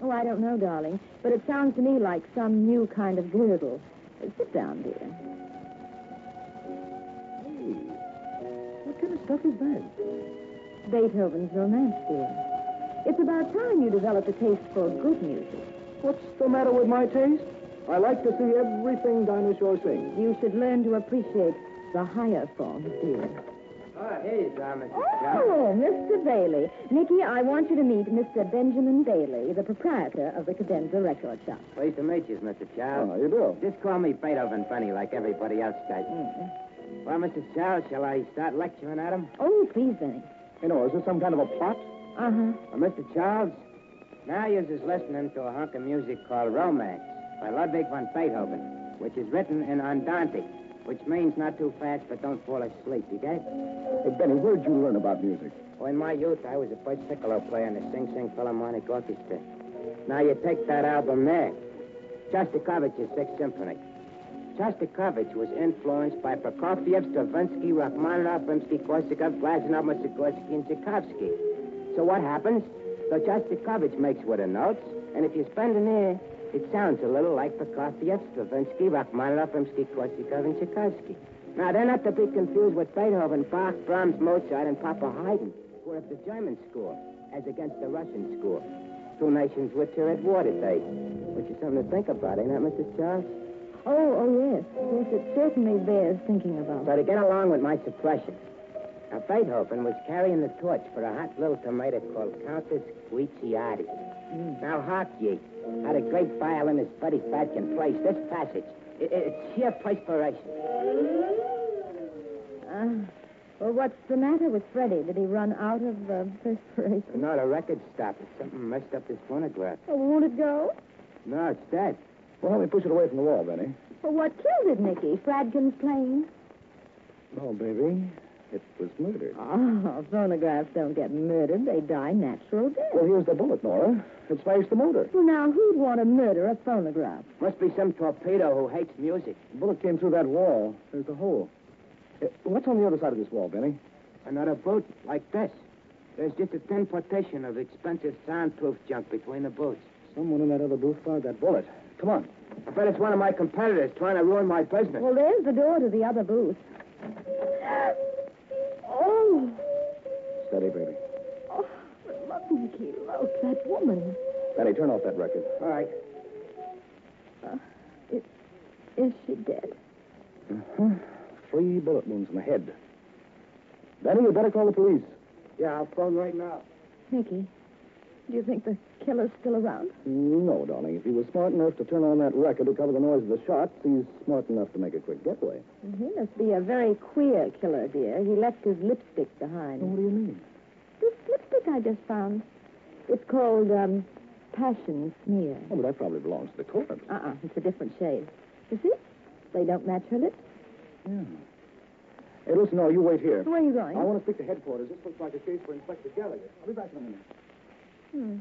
[SPEAKER 26] Oh, I don't know, darling, but it sounds to me like some new kind of girdle. Uh, sit down, dear.
[SPEAKER 24] Hey, what kind of stuff is that?
[SPEAKER 26] Beethoven's romance, dear. It's about time you developed a taste for good music.
[SPEAKER 24] What's the matter with my taste? I like to see everything Dinosaur sings.
[SPEAKER 26] You should learn to appreciate the higher forms, dear.
[SPEAKER 27] Oh, hey, Thomas.
[SPEAKER 26] Oh, Mr. Bailey. Nicky, I want you to meet Mr. Benjamin Bailey, the proprietor of the Cadenza Record Shop.
[SPEAKER 27] Pleased to meet you, Mr. Charles.
[SPEAKER 24] Oh, you do?
[SPEAKER 27] Just call me Beethoven Funny like everybody else does.
[SPEAKER 24] Mm-hmm.
[SPEAKER 27] Well, Mr. Charles, shall I start lecturing at him?
[SPEAKER 26] Oh, please, Benny.
[SPEAKER 24] You know, is this some kind of a plot?
[SPEAKER 26] Uh-huh.
[SPEAKER 27] Well, Mr. Charles, now you're just listening to a hunk of music called Romance by Ludwig van Beethoven, which is written in Andante, which means not too fast, but don't fall asleep, you get it?
[SPEAKER 24] Hey, Benny, where'd you learn about music?
[SPEAKER 27] Well, in my youth, I was a first piccolo player in the Sing Sing Philharmonic Orchestra. Now you take that album there, Shostakovich's Sixth Symphony. Shostakovich was influenced by Prokofiev, Stravinsky, Rachmaninoff, Rimsky-Korsakov, Glasnov, Mussorgsky, and Tchaikovsky. So what happens? The Shostakovich makes with the notes, and if you spend an ear, it sounds a little like Prokofiev, Stravinsky, Rachmaninoff, Rimsky-Korsakov, and Tchaikovsky. Now, they're not to be confused with Beethoven, Bach, Brahms, Mozart, and Papa Haydn, who are of the German school, as against the Russian school. Two nations which are at war today. Which is something to think about, ain't it, Mr. Charles?
[SPEAKER 26] Oh, oh, yes. Yes, it certainly bears thinking about.
[SPEAKER 27] So to get along with my suppression, now Beethoven was carrying the torch for a hot little tomato called Countess Guicciardi.
[SPEAKER 24] Hmm.
[SPEAKER 27] Now hark ye, how the great violinist Buddy Fatkin plays this passage. It, it- it's sheer perspiration.
[SPEAKER 26] Uh, well, what's the matter with Freddie? Did he run out of uh, perspiration?
[SPEAKER 27] No, the record stopped. Something messed up this phonograph.
[SPEAKER 26] Oh, won't it go?
[SPEAKER 27] No, it's dead.
[SPEAKER 15] Well, help me push it away from the wall, Benny.
[SPEAKER 26] Well, what killed it, Nicky? Fradkin's plane?
[SPEAKER 15] No, Oh, baby. It was murder.
[SPEAKER 27] Ah,
[SPEAKER 26] Oh, phonographs don't get murdered. They die natural death.
[SPEAKER 15] Well, here's the bullet, Nora. It smashed the motor.
[SPEAKER 26] Well, now, who'd want to murder a phonograph?
[SPEAKER 27] Must be some torpedo who hates music.
[SPEAKER 15] The bullet came through that wall. There's the hole. Uh, what's on the other side of this wall, Benny?
[SPEAKER 27] Another boat like this. There's just a thin partition of expensive soundproof junk between the booths.
[SPEAKER 15] Someone in that other booth fired that bullet. Come on.
[SPEAKER 27] I bet it's one of my competitors trying to ruin my business.
[SPEAKER 26] Well, there's the door to the other booth. Oh,
[SPEAKER 15] Steady, baby.
[SPEAKER 26] oh, but Lucky look, that woman.
[SPEAKER 15] Benny, turn off that record.
[SPEAKER 27] All right.
[SPEAKER 26] Is she dead?
[SPEAKER 15] Mhm. Three bullet wounds in the head. Benny, you better call the police.
[SPEAKER 27] Yeah, I'll phone right now.
[SPEAKER 26] Nicky, do you think the killer's still around?
[SPEAKER 15] No, darling. If he was smart enough to turn on that record to cover the noise of the shots, he's smart enough to make a quick getaway.
[SPEAKER 26] He Mm-hmm. must be a very queer killer, dear. He left his lipstick behind.
[SPEAKER 15] What do you mean?
[SPEAKER 26] This lipstick I just found. It's called, um, Passion Smear.
[SPEAKER 15] Oh, but that probably belongs to the corpse.
[SPEAKER 26] Uh-uh, it's a different shade. You see? They don't match her lips.
[SPEAKER 15] Yeah. Hey, listen, no, you wait here.
[SPEAKER 26] Where are you going?
[SPEAKER 15] I want to speak to headquarters. This looks like a case for Inspector Gallagher. I'll be back in a minute.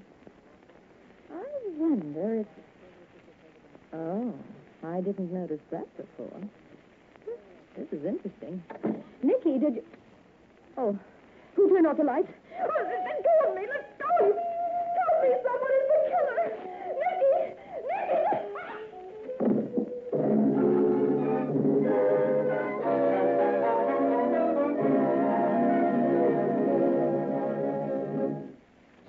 [SPEAKER 26] Hmm. I wonder if... Oh, I didn't notice that before. Hmm, This is interesting. Nicky, did you... Oh, who turned off the lights?
[SPEAKER 11] Oh, let, let go of me. Let go of me. Help me. Someone is the killer. Nicky. Nicky.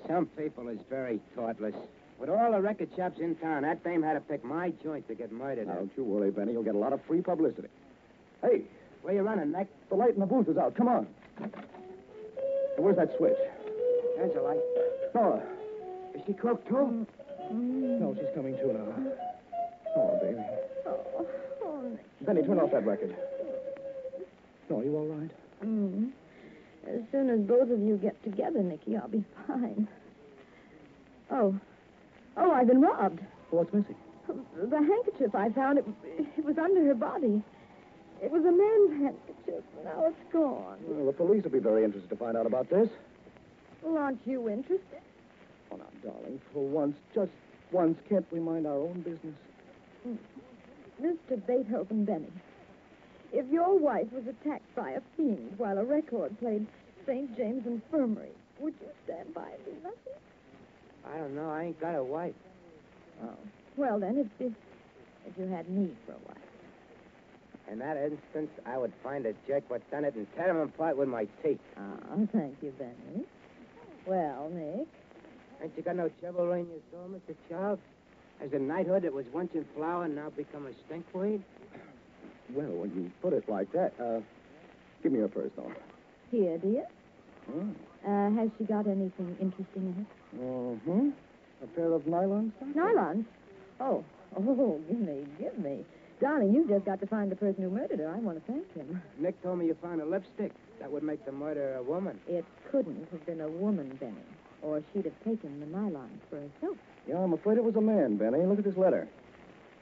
[SPEAKER 27] Some people is very thoughtless. With all the record shops in town, that dame had to pick my joint to get murdered.
[SPEAKER 15] Now,
[SPEAKER 27] at.
[SPEAKER 15] don't you worry, Benny. You'll get a lot of free publicity. Hey,
[SPEAKER 27] Where you running, Nick?
[SPEAKER 15] the light in the booth is out. Come on. Hey, Where's that switch?
[SPEAKER 27] There's a light.
[SPEAKER 15] Nora.
[SPEAKER 27] Is she croaked too?
[SPEAKER 26] Mm-hmm.
[SPEAKER 15] No, she's coming to now. Oh, baby.
[SPEAKER 26] Oh, oh, Nicky.
[SPEAKER 15] Benny, turn off that record. No, are you all right?
[SPEAKER 26] Mm. As soon as both of you get together, Nicky, I'll be fine. Oh. Oh, I've been robbed.
[SPEAKER 15] What's missing?
[SPEAKER 26] The handkerchief I found, it, it was under her body. It was a man's handkerchief. Now it's gone.
[SPEAKER 15] Well, the police will be very interested to find out about this.
[SPEAKER 26] Well, aren't you interested?
[SPEAKER 15] Oh, now, darling, for once, just once, can't we mind our own business?
[SPEAKER 26] Mr. Beethoven Benny, if your wife was attacked by a fiend while a record played St. James Infirmary, would you stand by and do nothing?
[SPEAKER 27] I don't know. I ain't got a wife.
[SPEAKER 26] Oh. Well, then, if, if, if you had me for a wife.
[SPEAKER 27] In that instance, I would find a jerk what done it and tear him apart with my teeth.
[SPEAKER 26] Oh, thank you, Benny. Well, Nick,
[SPEAKER 27] Ain't you got no chivalry in your soul, Mr. Child? As a knighthood that was once in flower and now become a stinkweed?
[SPEAKER 15] Well, when you put it like that, uh, give me your purse, Nora.
[SPEAKER 26] here, dear.
[SPEAKER 15] Oh.
[SPEAKER 26] Uh, has she got anything interesting
[SPEAKER 15] Mm-hmm. A pair of nylon
[SPEAKER 26] in
[SPEAKER 15] stockings.
[SPEAKER 26] it? Nylons? Oh, oh, give me, give me. Darling, you've just got to find the person who murdered her. I want to thank him.
[SPEAKER 27] Nick told me you found a lipstick. That would make the murderer a woman.
[SPEAKER 26] It couldn't have been a woman, Benny, or she'd have taken the nylons for herself.
[SPEAKER 15] Yeah, I'm afraid it was a man, Benny. Look at this letter.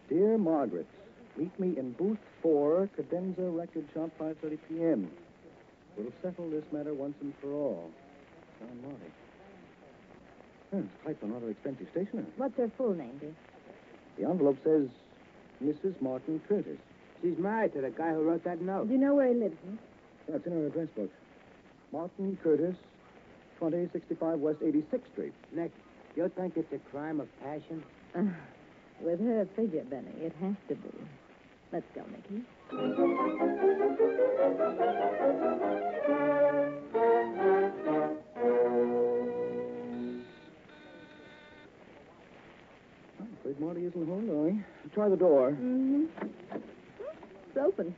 [SPEAKER 15] Dear Margaret, meet me in booth four, Cadenza Record Shop, 5:30 p.m. We'll settle this matter once and for all. John Marty. Hmm, it's typed on rather expensive stationery.
[SPEAKER 26] What's her full name, dear?
[SPEAKER 15] The envelope says, Mrs. Martin Curtis.
[SPEAKER 27] She's married to the guy who wrote that note.
[SPEAKER 26] Do you know where he lives, Nick?
[SPEAKER 15] Yeah, it's in her address book. Martin Curtis, 2065 West 86th Street.
[SPEAKER 27] Nick, you think it's a crime of passion?
[SPEAKER 26] Uh, with her figure, Benny, it has to be. Let's go, Nicky.
[SPEAKER 15] I'm afraid Marty isn't home, darling. Try the door.
[SPEAKER 26] Mm-hmm. It's open.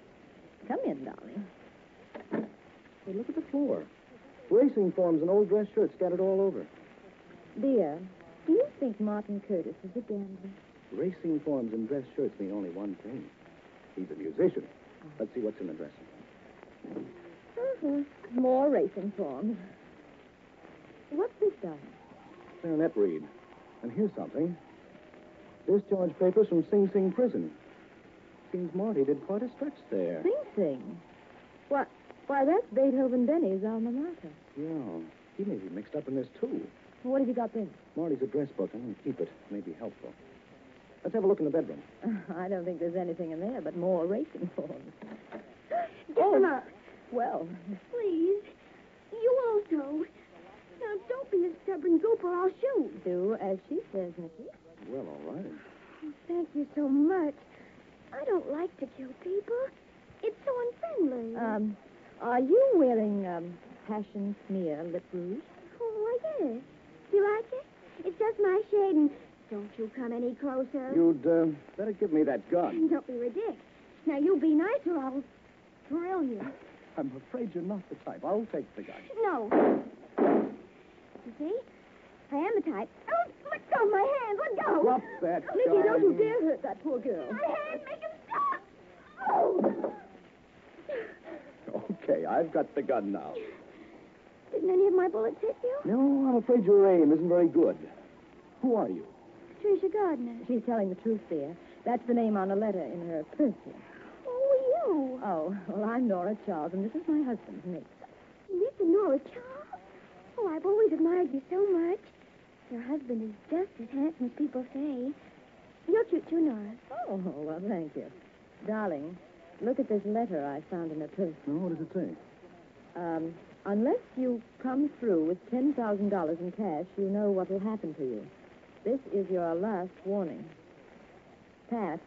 [SPEAKER 26] Come in, darling.
[SPEAKER 15] Hey, look at the floor. Racing forms and old dress shirts scattered all over.
[SPEAKER 26] Dear, do you think Martin Curtis is a gambler?
[SPEAKER 15] Racing forms and dress shirts mean only one thing. He's a musician. Let's see what's in the dressing.
[SPEAKER 26] Uh-huh. More racing forms. What's this, darling?
[SPEAKER 15] Clarinet reed. And here's something. Discharge papers from Sing Sing prison. Seems Marty did quite a stretch there.
[SPEAKER 26] Sing Sing. Why, why, that's Beethoven Benny's alma mater.
[SPEAKER 15] Yeah. He may be mixed up in this, too.
[SPEAKER 26] What have you got there?
[SPEAKER 15] Marty's address book. I'm going to keep it. May be helpful. Let's have a look in the bedroom.
[SPEAKER 26] I don't think there's anything in there but more racing forms.
[SPEAKER 24] Give them up.
[SPEAKER 26] Well,
[SPEAKER 24] Please. You also. Now, don't be a stubborn gooper. I'll shoot.
[SPEAKER 26] do as she says, Nicky.
[SPEAKER 15] Well, all right.
[SPEAKER 24] Thank you so much. I don't like to kill people. It's so unfriendly.
[SPEAKER 26] Um, are you wearing um, passion smear lip rouge?
[SPEAKER 24] Oh, why, yes. Do you like it? It's just my shade, and don't you come any closer.
[SPEAKER 15] You'd uh, better give me that gun.
[SPEAKER 24] Don't be ridiculous. Now, you be nice or I'll thrill you.
[SPEAKER 15] I'm afraid you're not the type. I'll take the gun.
[SPEAKER 24] No. You see? I am the type. Oh, let go of my hand. Let go.
[SPEAKER 15] Drop that
[SPEAKER 24] Nicky,
[SPEAKER 15] gun.
[SPEAKER 24] don't you dare hurt
[SPEAKER 26] that poor girl.
[SPEAKER 24] My hand. Make him stop. Oh!
[SPEAKER 15] Okay, I've got the gun now.
[SPEAKER 24] Didn't any of my bullets hit you?
[SPEAKER 15] No, I'm afraid your aim isn't very good. Who are you?
[SPEAKER 24] Tricia Gardner.
[SPEAKER 26] She's telling the truth, dear. That's the name on a letter in her pencil.
[SPEAKER 24] Oh,
[SPEAKER 26] Oh, well, I'm Nora Charles, and this is my husband, Nick.
[SPEAKER 24] you. Nick and Nora Charles. Oh, I've always admired you so much. Your husband is just as handsome as people say. You're cute too, Nora.
[SPEAKER 26] Oh, well, thank you. Darling, look at this letter I found in her purse.
[SPEAKER 15] No, what does it say?
[SPEAKER 26] Um, unless you come through with $10,000 in cash, you know what will happen to you. This is your last warning. Pat,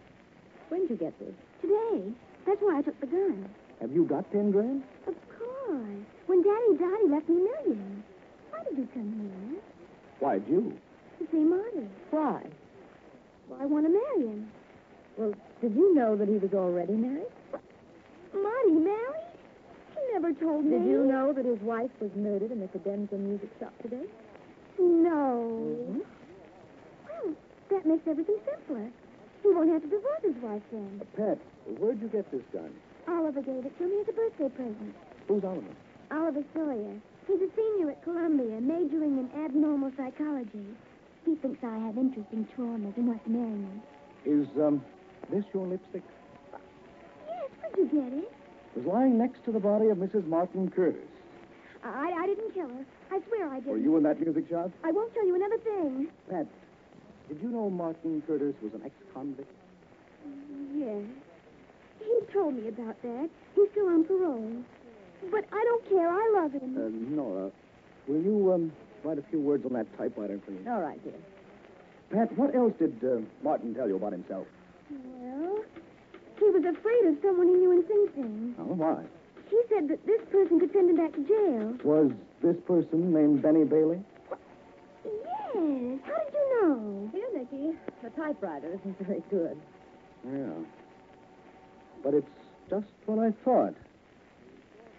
[SPEAKER 26] when'd you get this?
[SPEAKER 24] Today. That's why I took the gun.
[SPEAKER 15] Have you got ten grand?
[SPEAKER 24] Of course. When Daddy died, he left me millions. Why did you come
[SPEAKER 15] Why'd you?
[SPEAKER 24] here? To see Marty.
[SPEAKER 26] Why?
[SPEAKER 24] Well, I want to marry him.
[SPEAKER 26] Well, did you know that he was already married?
[SPEAKER 24] Marty married? He never told me.
[SPEAKER 26] Did you know that his wife was murdered in the Cadenza music shop today? Mm-hmm.
[SPEAKER 24] No. Well, that makes everything simpler. He won't have to divorce his wife then.
[SPEAKER 15] Uh, Pat, where'd you get this gun?
[SPEAKER 24] Oliver gave it to me as a birthday present.
[SPEAKER 15] Who's Oliver?
[SPEAKER 24] Oliver Sawyer. He's a senior at Columbia, majoring in abnormal psychology. He thinks I have interesting traumas and wants to marry me.
[SPEAKER 15] Is um, this your lipstick?
[SPEAKER 24] Yes, where'd you get it?
[SPEAKER 15] It was lying next to the body of Mrs. Martin Curtis.
[SPEAKER 24] I, I didn't kill her. I swear I didn't.
[SPEAKER 15] Were you in that music shop?
[SPEAKER 24] I won't tell you another thing.
[SPEAKER 15] Pat, did you know Martin Curtis was an ex-convict?
[SPEAKER 24] Yes. He told me about that. He's still on parole. But I don't care. I love him.
[SPEAKER 15] Uh, Nora, will you um, write a few words on that typewriter for me?
[SPEAKER 26] All right, dear.
[SPEAKER 15] Pat, what else did uh, Martin tell you about himself?
[SPEAKER 24] Well, he was afraid of someone he knew in Sing Sing.
[SPEAKER 15] Oh, why?
[SPEAKER 24] He said that this person could send him back to jail.
[SPEAKER 15] Was this person named Benny Bailey?
[SPEAKER 24] Yes. How did you know?
[SPEAKER 26] Here, Nicky. The typewriter isn't very good.
[SPEAKER 15] Yeah. But it's just what I thought.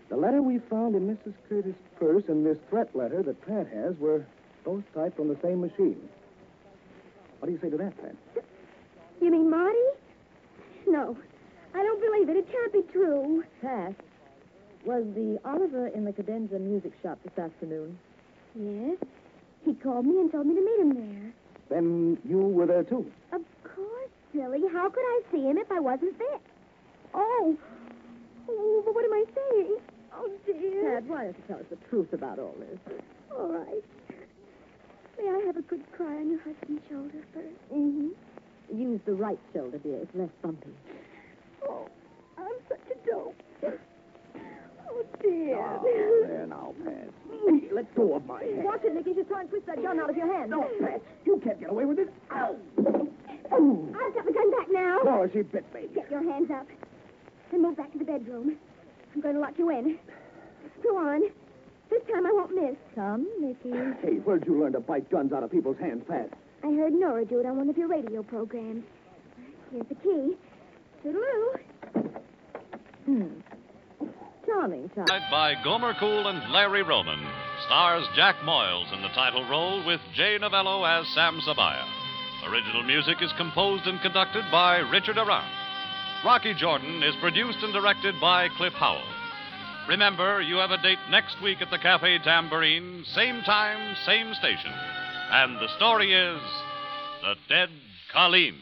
[SPEAKER 15] The letter we found in Mrs. Curtis' purse and this threat letter that Pat has were both typed on the same machine. What do you say to that, Pat?
[SPEAKER 24] You mean Marty? No. I don't believe it. It can't be true.
[SPEAKER 26] Pat, was the Oliver in the Cadenza music shop this afternoon?
[SPEAKER 24] Yes. He called me and told me to meet him there.
[SPEAKER 15] Then you were there, too.
[SPEAKER 24] Of course, silly. How could I see him if I wasn't there? Oh. Oh, but what am I saying? Oh, dear.
[SPEAKER 26] Pat, why don't you tell us the truth about all this?
[SPEAKER 24] All right. May I have a good cry on your husband's shoulder first?
[SPEAKER 26] Mm-hmm. Use the right shoulder, dear. It's less bumpy.
[SPEAKER 24] Oh, I'm such a dope. Oh, dear.
[SPEAKER 26] Oh,
[SPEAKER 15] there now, Pat. Let go of my
[SPEAKER 26] Watch it, Nicky. She's trying to twist that gun out of your hand.
[SPEAKER 15] No, Pat. You can't get away with it. Ow! Oh,
[SPEAKER 24] I've got the gun back now.
[SPEAKER 15] Nora, she bit me.
[SPEAKER 24] Get your hands up. And move back to the bedroom. I'm going to lock you in. Go on. This time I won't miss.
[SPEAKER 26] Come, Nicky.
[SPEAKER 15] Hey, where'd you learn to bite guns out of people's hands, Pat?
[SPEAKER 24] I heard Nora do it on one of your radio programs. Here's the key. Toodaloo.
[SPEAKER 26] Hmm. Charming, child.
[SPEAKER 1] Tonight by Gomer Cool and Larry Roman. Stars Jack Moyles in the title role with Jay Novello as Sam Sabaya. Original music is composed and conducted by Richard Arant. Rocky Jordan is produced and directed by Cliff Howell. Remember, you have a date next week at the Cafe Tambourine, same time, same station. And the story is The Dead Colleen.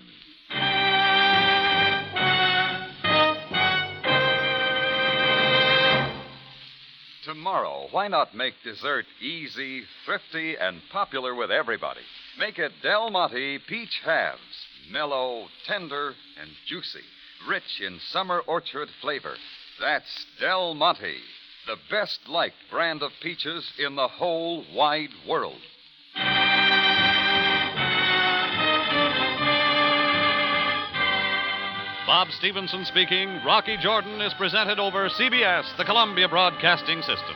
[SPEAKER 4] Tomorrow, why not make dessert easy, thrifty, and popular with everybody? Make it Del Monte Peach Halves. Mellow, tender, and juicy. Rich in summer orchard flavor. That's Del Monte, the best liked brand of peaches in the whole wide world.
[SPEAKER 1] Bob Stevenson speaking. Rocky Jordan is presented over CBS, the Columbia Broadcasting System.